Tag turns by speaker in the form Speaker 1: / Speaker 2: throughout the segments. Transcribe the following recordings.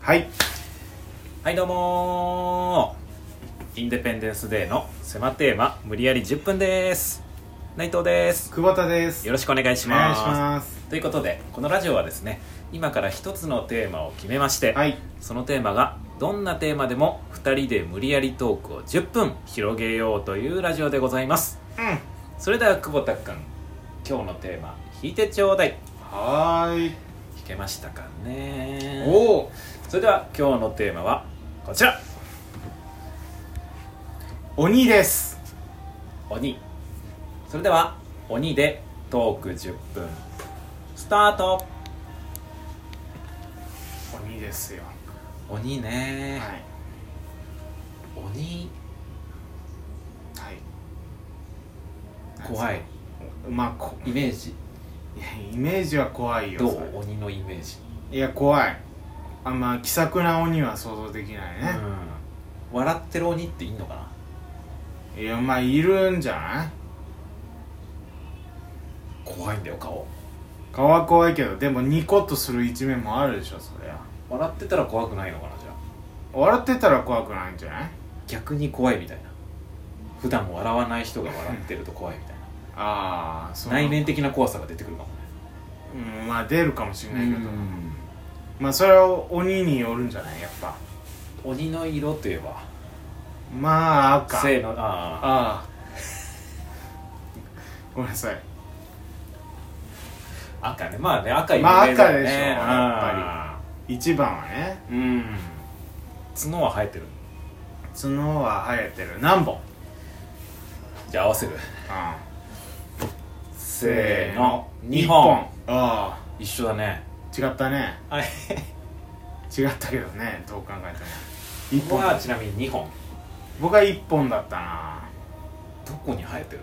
Speaker 1: はい
Speaker 2: はいどうもーインデペンデンスデーの狭テーマ無理やり10分です内藤です
Speaker 1: 久保田です
Speaker 2: よろしくお願いし
Speaker 1: お願
Speaker 2: ま
Speaker 1: い
Speaker 2: す
Speaker 1: します
Speaker 2: ということでこのラジオはですね今から一つのテーマを決めまして、
Speaker 1: はい
Speaker 2: そのテーマがどんなテーマでも2人で無理やりトークを10分広げようというラジオでございます
Speaker 1: うん
Speaker 2: それでは久保田君今日のテーマ引いてちょうだい
Speaker 1: はーい
Speaker 2: 引けましたかね
Speaker 1: おお
Speaker 2: それでは今日のテーマはこちら
Speaker 1: 鬼です
Speaker 2: 鬼それでは鬼でトーク10分スタート
Speaker 1: 鬼ですよ
Speaker 2: 鬼
Speaker 1: は
Speaker 2: ね
Speaker 1: い、
Speaker 2: 鬼
Speaker 1: はい
Speaker 2: 怖い
Speaker 1: まあこ
Speaker 2: イメージ
Speaker 1: いやイメージは怖いよ
Speaker 2: ど
Speaker 1: それ
Speaker 2: う鬼のイメージ、
Speaker 1: いや怖いあんま気さくな鬼は想像できないね、
Speaker 2: うん笑ってる鬼っていんのかない
Speaker 1: やまあいるんじゃない
Speaker 2: 怖いんだよ顔
Speaker 1: 顔は怖いけどでもニコッとする一面もあるでしょそりゃ
Speaker 2: 笑ってたら怖くないのかなじゃあ
Speaker 1: 笑ってたら怖くないんじゃない
Speaker 2: 逆に怖いみたいな普段笑わない人が笑ってると怖いみたいな
Speaker 1: ああ そう
Speaker 2: 内面的な怖さが出てくるかもね
Speaker 1: うんまあ出るかもしれないけど、
Speaker 2: うん
Speaker 1: まあそれは鬼によるんじゃないやっぱ
Speaker 2: 鬼の色といえば
Speaker 1: まあ赤
Speaker 2: せーのああ
Speaker 1: あ あごめんなさい
Speaker 2: 赤ねまあね赤有
Speaker 1: まあ
Speaker 2: 名だよ
Speaker 1: 赤でしょ
Speaker 2: ね、
Speaker 1: や一番はね
Speaker 2: りうん角は生えてる
Speaker 1: 角は生えてる何本
Speaker 2: じゃあ合わせる
Speaker 1: ああ
Speaker 2: せーの
Speaker 1: 二
Speaker 2: 2本
Speaker 1: あ
Speaker 2: 一緒だね
Speaker 1: あ違ったね
Speaker 2: はい
Speaker 1: 違ったけどねどう考えても一
Speaker 2: 1本
Speaker 1: 本
Speaker 2: はちなみに2本
Speaker 1: 僕は一本だったな
Speaker 2: どこに生えてる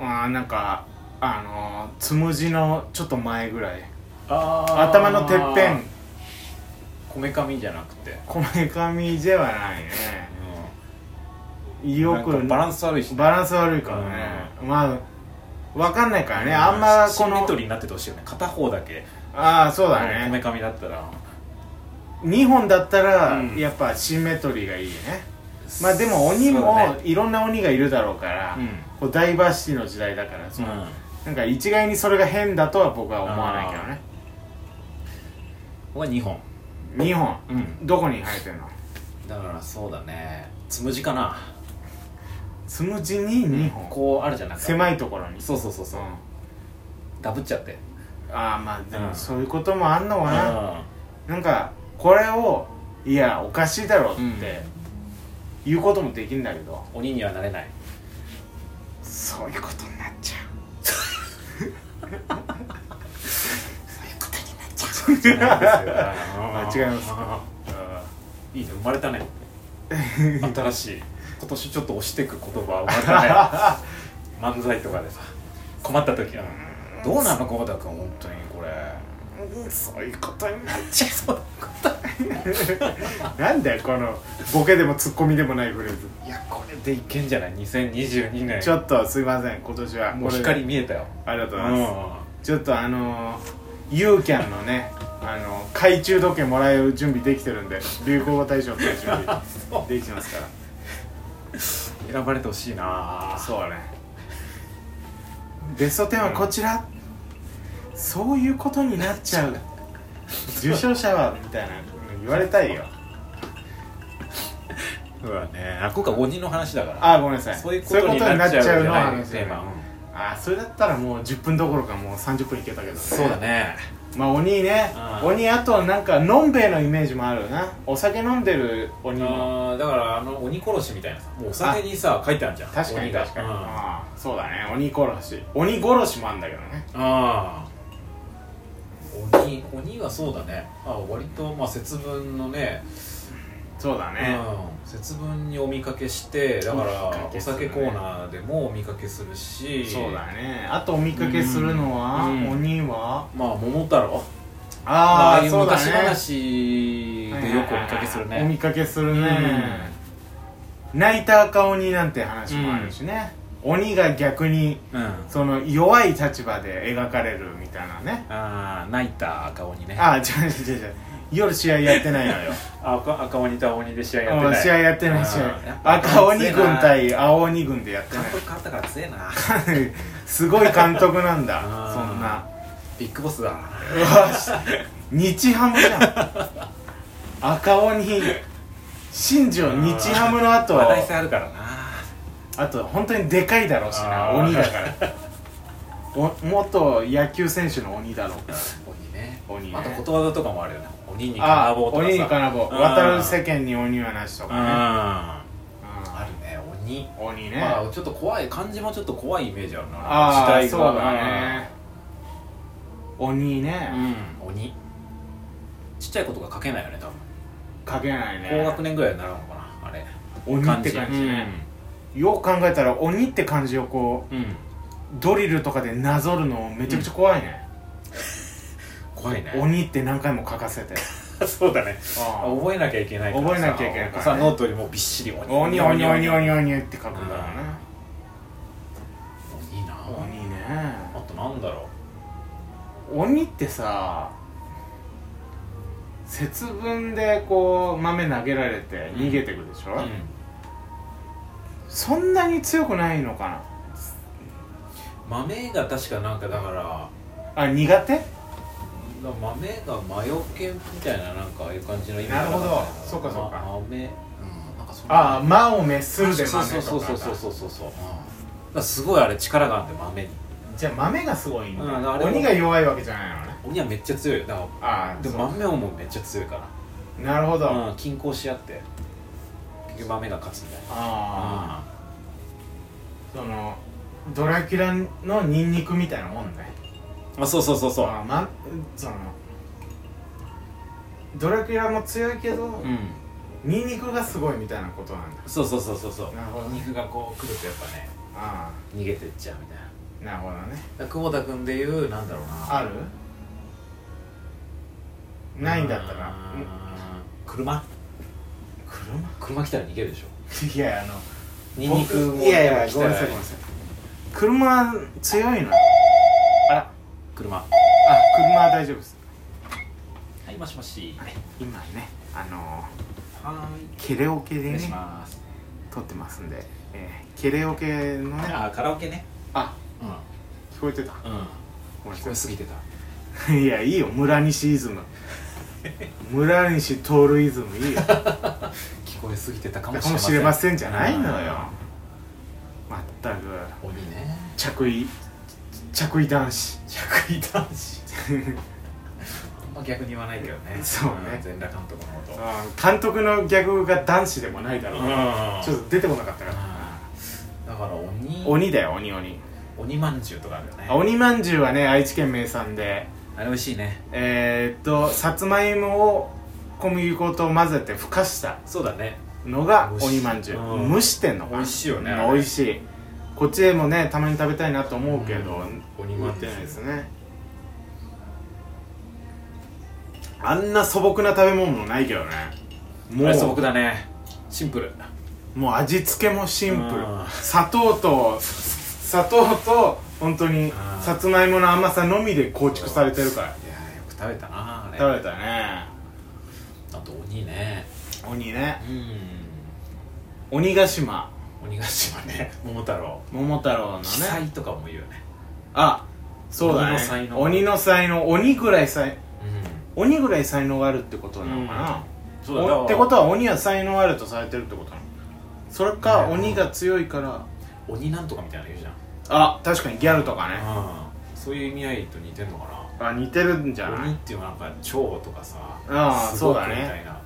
Speaker 1: あーなんかあのー、つむじのちょっと前ぐらい
Speaker 2: あー
Speaker 1: 頭のてっぺん
Speaker 2: こめかみじゃなくて
Speaker 1: こめかみではないねよ
Speaker 2: なん
Speaker 1: く
Speaker 2: かバランス悪いし
Speaker 1: バランス悪いからねまあわかんないからねあんまこ
Speaker 2: シンメ
Speaker 1: の
Speaker 2: トリーになっててほしいよね片方だけ
Speaker 1: ああそうだ
Speaker 2: こめ
Speaker 1: ね
Speaker 2: かみだったら
Speaker 1: 2本だったら
Speaker 2: うん
Speaker 1: やっぱシンメトリーがいいねまあでも鬼
Speaker 2: そうだ
Speaker 1: も
Speaker 2: ね
Speaker 1: いろんな鬼がいるだろうから
Speaker 2: うん
Speaker 1: こうダイバーシティの時代だからその
Speaker 2: うん
Speaker 1: なんか一概にそれが変だとは僕は思わないけどね
Speaker 2: これ2本
Speaker 1: 2本
Speaker 2: うん
Speaker 1: どこに生えてんの
Speaker 2: だからそうだねつむじかな
Speaker 1: つむじに2本
Speaker 2: こうあるじゃなくて
Speaker 1: 狭いところに
Speaker 2: そうそうそうそう
Speaker 1: うん
Speaker 2: ダブっちゃって
Speaker 1: ああまあで
Speaker 2: う
Speaker 1: も
Speaker 2: ん
Speaker 1: そういうこともあんのかな、
Speaker 2: あ
Speaker 1: なんかこれをいやおかしいだろって言うこともできんだけど、
Speaker 2: 鬼にはなれない
Speaker 1: そういうことになっちゃ
Speaker 2: 違い
Speaker 1: あ
Speaker 2: ます
Speaker 1: 違います
Speaker 2: いいね生まれた ね新しい今年ちょっと押していく言葉生まれ たね漫才とかでさ困った時はどうなの久保田君本当にこれ
Speaker 1: う、うん、そういうことになっ
Speaker 2: ちそう
Speaker 1: ちゃうなんだよこのボケでもツッコミでもないフレーズ
Speaker 2: いやこれでいけんじゃない2022年
Speaker 1: ちょっとすいません今年は
Speaker 2: もう
Speaker 1: これ
Speaker 2: 光見えたよ
Speaker 1: ありがとう
Speaker 2: う
Speaker 1: ございます、
Speaker 2: ん
Speaker 1: ちょっとあのーユーキャンのねあの懐中時計もらえる準備できてるんで流行語大賞という準備 できてますから
Speaker 2: 選ばれてほしいな
Speaker 1: そうだねベスト10はこちら、そういうことになっちゃう受賞者はみたいな言われたいよ
Speaker 2: そうだねあ今回鬼の話だから
Speaker 1: あーごめんなさい
Speaker 2: そういうことになっち
Speaker 1: そうい
Speaker 2: ゃうじゃないテ
Speaker 1: うことになっちゃう
Speaker 2: ー
Speaker 1: のは
Speaker 2: マ
Speaker 1: 話
Speaker 2: うん
Speaker 1: あーそれだったらもう10分どころかもう30分いけたけど、ね、
Speaker 2: そうだね
Speaker 1: まあ鬼ね
Speaker 2: うん
Speaker 1: 鬼あとなんかのんべえのイメージもあるなお酒飲んでる鬼も
Speaker 2: あーだからあの鬼殺しみたいなさもうお酒にさ書いてあるじゃん
Speaker 1: 確かに
Speaker 2: 鬼が
Speaker 1: 確かに、
Speaker 2: うんあ
Speaker 1: あーそうだね鬼殺し鬼殺しもあんだけどね
Speaker 2: あ鬼鬼はそうだねあ割とまあ節分のね
Speaker 1: そうだね、
Speaker 2: うん、節分にお見かけしてだから
Speaker 1: お見か
Speaker 2: お
Speaker 1: けするね
Speaker 2: 酒コーナーでもお見かけするし
Speaker 1: そうだねあとお見かけするのは、
Speaker 2: うん
Speaker 1: 鬼は
Speaker 2: まあ桃太郎あ
Speaker 1: あ
Speaker 2: あ
Speaker 1: あ
Speaker 2: いう
Speaker 1: そうだ
Speaker 2: 昔
Speaker 1: ね
Speaker 2: 話でよくお見かけする
Speaker 1: お見
Speaker 2: ね
Speaker 1: かけするね、泣いた赤鬼なんて話もあるしね、鬼が逆に
Speaker 2: うんあ
Speaker 1: その弱い立場で描かれるみたいなね
Speaker 2: あー泣いた赤鬼ね
Speaker 1: ああ違う違う違う違う夜試合やってない のよ
Speaker 2: あ赤赤鬼と青鬼で試合やって
Speaker 1: うん
Speaker 2: ない
Speaker 1: 試合やってない試
Speaker 2: あ
Speaker 1: 合
Speaker 2: ーやっぱ
Speaker 1: 赤鬼軍対青鬼軍でやって
Speaker 2: 監
Speaker 1: ない
Speaker 2: 督変わったから強えな
Speaker 1: すごい監督なんだ
Speaker 2: あー
Speaker 1: そんな
Speaker 2: ビッグボスだ
Speaker 1: 日ハムじゃん赤鬼新庄日ハムの後
Speaker 2: 話題性あるからな
Speaker 1: あと本当にでかいだろうしな
Speaker 2: あー
Speaker 1: 鬼だからお元野球選手の鬼だろうから
Speaker 2: 鬼ね
Speaker 1: 鬼ね
Speaker 2: またことわざとかもあるよね鬼に
Speaker 1: あ
Speaker 2: 金
Speaker 1: あ
Speaker 2: 棒とかさ
Speaker 1: 鬼に金棒
Speaker 2: うん
Speaker 1: 渡る世間に鬼はなしと
Speaker 2: うん
Speaker 1: かね
Speaker 2: あ
Speaker 1: うん
Speaker 2: るね鬼
Speaker 1: 鬼ね、
Speaker 2: まあちょっと怖い漢字もちょっと怖いイメージあるな
Speaker 1: ああ
Speaker 2: 時代
Speaker 1: そ
Speaker 2: が
Speaker 1: うだね鬼ね、
Speaker 2: うん鬼ちっちゃいことが書けないよね多分
Speaker 1: 書けないね
Speaker 2: 高学年ぐらいになるのかなあれ
Speaker 1: 鬼って感じね、よく考えたら鬼って漢字をこ
Speaker 2: うんうん
Speaker 1: うドリルとかでなぞるのめちゃくちゃ怖いね、
Speaker 2: 怖いね
Speaker 1: 鬼って何回も書かせて
Speaker 2: そうだね
Speaker 1: うん
Speaker 2: 覚えなきゃいけないからさ
Speaker 1: 覚えなきゃいけないからね
Speaker 2: さノートにもうびっしり鬼
Speaker 1: 鬼鬼鬼鬼鬼って書くんだろうね
Speaker 2: 鬼な
Speaker 1: 鬼ね
Speaker 2: あとなんだろ
Speaker 1: 鬼ってさ節分でこう豆投げられて逃げてくでしょ、
Speaker 2: う、
Speaker 1: そんなに強くないのか
Speaker 2: 豆が確かなんかだから
Speaker 1: なあ苦手
Speaker 2: 豆が魔除けみたいななんかああいう感じの意味
Speaker 1: なるほど
Speaker 2: だったな
Speaker 1: そうかそうか
Speaker 2: ま豆うんなんかそんな
Speaker 1: ああ魔を滅するで
Speaker 2: そう
Speaker 1: 豆と
Speaker 2: そう
Speaker 1: か
Speaker 2: そうそうそ
Speaker 1: う
Speaker 2: うそうそうそう、うんだからすごいあれ力があって豆に
Speaker 1: じゃあ豆がすごいんだ、
Speaker 2: うんあれも
Speaker 1: 鬼が弱いわけじゃないのね
Speaker 2: 鬼はめっちゃ強いよだか
Speaker 1: あ
Speaker 2: ら
Speaker 1: あ
Speaker 2: でも
Speaker 1: そう
Speaker 2: 豆ももうめっちゃ強いか
Speaker 1: なるほど、
Speaker 2: ら、
Speaker 1: あ
Speaker 2: うん、均衡し合って結局豆が勝つみたいな
Speaker 1: あ、
Speaker 2: うん
Speaker 1: そのドラキュラのニンニクみたいなもんね
Speaker 2: あそうそうそうそう
Speaker 1: ああまそのドラキュラも強いけど、
Speaker 2: うん
Speaker 1: ニンニクがすごいみたいなことなんだ
Speaker 2: そうそうそうそうそう
Speaker 1: なるほどね
Speaker 2: 肉がこう来るとやっぱね
Speaker 1: あ
Speaker 2: 逃げてっちゃうみたいな
Speaker 1: あなるほどね
Speaker 2: だから久保田君でいうなんだろうな
Speaker 1: あるないんだったら
Speaker 2: うーん車
Speaker 1: 車
Speaker 2: 車来たら逃げるでしょ
Speaker 1: いやあの
Speaker 2: ニンニク
Speaker 1: 僕
Speaker 2: も
Speaker 1: いやいやごめんなさいごめんなさい車強いのあら
Speaker 2: 車は
Speaker 1: あ車は大丈夫です
Speaker 2: いもしもしはい
Speaker 1: 今ねあの
Speaker 2: は
Speaker 1: ケレオケ
Speaker 2: ーい
Speaker 1: で
Speaker 2: 失
Speaker 1: ね
Speaker 2: 礼します
Speaker 1: 撮ってますんで、えー、ケレオケのね
Speaker 2: あカラオケね
Speaker 1: あ
Speaker 2: うんうん
Speaker 1: 聞こえてたごめん
Speaker 2: 聞こ
Speaker 1: なさ
Speaker 2: えすぎて た
Speaker 1: いいやいいよ村西イズム村西徹イズム いいよ
Speaker 2: 聞こえすぎてたかも
Speaker 1: かもしれません
Speaker 2: ん
Speaker 1: じゃないのよまったく
Speaker 2: うん鬼ね
Speaker 1: 着衣着衣男子
Speaker 2: 着衣男子あんま逆に言わないけどね
Speaker 1: そうね
Speaker 2: ん全裸監督のこと
Speaker 1: うん監督のギャグが男子でもないだろうなちょっと出てこなかったから
Speaker 2: うんだから鬼
Speaker 1: 鬼だよ鬼鬼
Speaker 2: 鬼まんじゅうとかあるよね
Speaker 1: あ鬼まんじゅうはね愛知県名産で
Speaker 2: あれ美味しいね
Speaker 1: えー、っとさつまいもを小麦粉と混ぜてふかした
Speaker 2: そうだね
Speaker 1: のが
Speaker 2: 美味しい
Speaker 1: 鬼まんじゅう
Speaker 2: うん
Speaker 1: 蒸してんのかな
Speaker 2: 美味しいよね
Speaker 1: うん
Speaker 2: あれ
Speaker 1: 美味しいこっちでもねたまに食べたいなと思うけど、
Speaker 2: うん鬼
Speaker 1: 向
Speaker 2: ま
Speaker 1: い
Speaker 2: ん
Speaker 1: て
Speaker 2: じゅう
Speaker 1: ないですねあんな素朴な食べ物もないけどねも
Speaker 2: もう素朴
Speaker 1: う
Speaker 2: だねシンプル
Speaker 1: もう味付けもシンプル
Speaker 2: うん
Speaker 1: 砂糖と砂糖と本当に
Speaker 2: ん
Speaker 1: さつまいもの甘さのみで構築されてるから
Speaker 2: いやーよく食べたなあれ
Speaker 1: 食べたね
Speaker 2: あと鬼ね
Speaker 1: 鬼ね
Speaker 2: うん
Speaker 1: 鬼ヶ島
Speaker 2: 鬼ヶ島ね 桃太郎
Speaker 1: 桃太郎の
Speaker 2: 奇才
Speaker 1: ね
Speaker 2: とかも言うよね
Speaker 1: あそうだね
Speaker 2: 鬼の才能
Speaker 1: 鬼の才能鬼ぐらい才
Speaker 2: うん
Speaker 1: 鬼ぐらい才能があるってことなのかな、
Speaker 2: そうだだか
Speaker 1: お
Speaker 2: ら
Speaker 1: ってことは鬼は才能あるとされてるってことなのそれか
Speaker 2: うん
Speaker 1: 鬼が強いから
Speaker 2: 鬼なんとかみたいなの言うじゃん
Speaker 1: あ確かにギャルとかね
Speaker 2: うんそういう意味合いと似てんのかな
Speaker 1: あ似てるんじゃな
Speaker 2: 鬼っ
Speaker 1: い
Speaker 2: ていうのはなんか蝶とかさ
Speaker 1: ああ
Speaker 2: すごく
Speaker 1: そうだね
Speaker 2: みたいな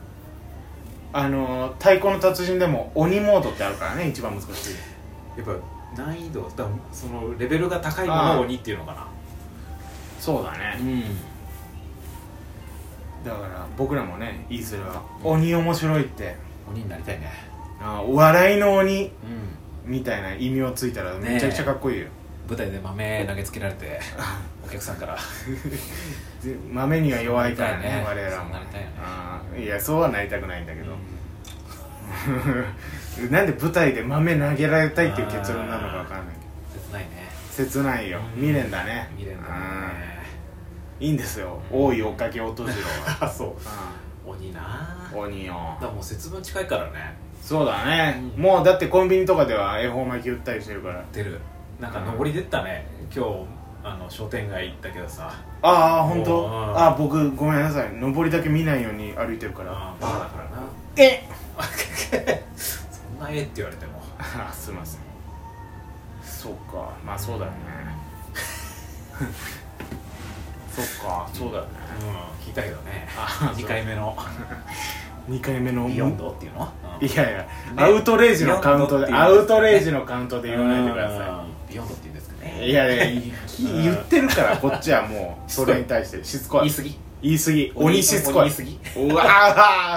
Speaker 1: あのー太鼓の達人でも鬼モードってあるからね一番難しい
Speaker 2: やっぱ難易度だからそのレベルが高いものを鬼っていうのか
Speaker 1: そうだ
Speaker 2: な
Speaker 1: ね
Speaker 2: ん
Speaker 1: だから僕らもねいずれは鬼面白いって
Speaker 2: 鬼になりたいね
Speaker 1: あ笑いの鬼
Speaker 2: うん
Speaker 1: みたいな異名ついたらめちゃくちゃかっこいいよ、
Speaker 2: 舞台で豆投げつけら れてお客さんから
Speaker 1: で豆には弱いからね
Speaker 2: そうなりたいね
Speaker 1: 我らも
Speaker 2: そうなりたいよね
Speaker 1: あーいやそうはなりたくないんだけど、 なんで舞台で豆投げられたいっていう結論なのかわかんないけど
Speaker 2: 切ないね
Speaker 1: 切ないよ
Speaker 2: うん
Speaker 1: 未練だね
Speaker 2: 未練だね
Speaker 1: いいんですよ多い追っかけ音次郎は、
Speaker 2: あそう鬼な
Speaker 1: うん、鬼よ
Speaker 2: だからもう節分近いからね
Speaker 1: そうだね、
Speaker 2: うん
Speaker 1: もうだってコンビニとかでは恵方巻き売ったりしてるから
Speaker 2: 出るなんか上り出たね今日あの商店街行ったけどさ
Speaker 1: ああ本
Speaker 2: お
Speaker 1: 当
Speaker 2: ー
Speaker 1: ああ僕ごめんなさい上りだけ見ないように歩いてるから
Speaker 2: あバカだからな
Speaker 1: え
Speaker 2: そんなええって言われても
Speaker 1: あすいませんそうかまあそうだよね そっかそうだよね
Speaker 2: うん聞いたけどね
Speaker 1: あ
Speaker 2: 2回目の
Speaker 1: 2回目の
Speaker 2: ビヨンドっていうの
Speaker 1: いやいや、
Speaker 2: ね
Speaker 1: アウトレイジのカウントで
Speaker 2: ビヨン
Speaker 1: ア
Speaker 2: ドって言うん
Speaker 1: ウト
Speaker 2: ですよね
Speaker 1: レイジのカウントで言わないでくださ
Speaker 2: いビヨンドって言うんですか
Speaker 1: い
Speaker 2: ね
Speaker 1: いやいやい言ってるからこっちはも うそれに対してしつこ
Speaker 2: 言
Speaker 1: い
Speaker 2: い過ぎ
Speaker 1: 言い過ぎ鬼しつこい
Speaker 2: 鬼言い過
Speaker 1: う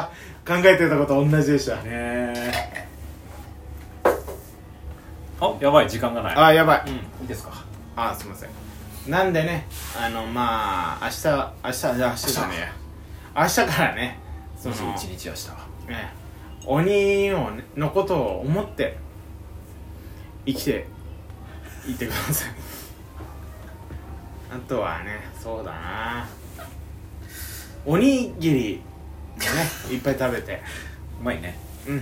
Speaker 1: わー 考えてたこと同じでした
Speaker 2: ぎねえあやばい時間がない
Speaker 1: あーやばい
Speaker 2: うんいいですか
Speaker 1: あーすいませんなんでねあのまあ明日明日じゃあ明日じゃねえや明日からねその
Speaker 2: 21日
Speaker 1: ね
Speaker 2: 明日
Speaker 1: 鬼をねのことを思って生きていってください あとはねそうだなおにぎりをねいっぱい食べて
Speaker 2: うまいね
Speaker 1: うん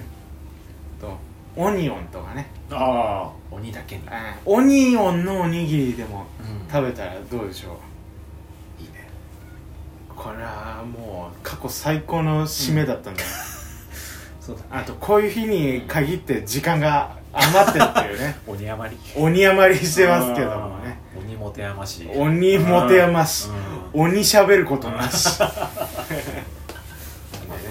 Speaker 1: とオニオンとかね、
Speaker 2: ああ鬼だけに
Speaker 1: えーオニオンのおにぎりでも
Speaker 2: うん
Speaker 1: 食べたらどうでしょう
Speaker 2: いいね
Speaker 1: これはもう過去最高の締めだったんだよ、
Speaker 2: そうだ
Speaker 1: あとこういう日に限って時間が 余ってるっていうね
Speaker 2: 鬼余り
Speaker 1: 鬼余りしてますけどもね
Speaker 2: うん鬼もてやましい
Speaker 1: 鬼持て余し
Speaker 2: うん
Speaker 1: 鬼しゃべることな し
Speaker 2: まあそ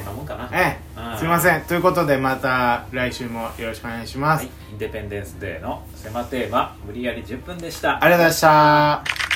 Speaker 2: んなもんかな
Speaker 1: え
Speaker 2: う
Speaker 1: え
Speaker 2: ん
Speaker 1: すいませんということでまた来週もよろしくお願いします、
Speaker 2: はいインデペンデンスデーの狭テーマ無理やり10分でした
Speaker 1: ありがとうございました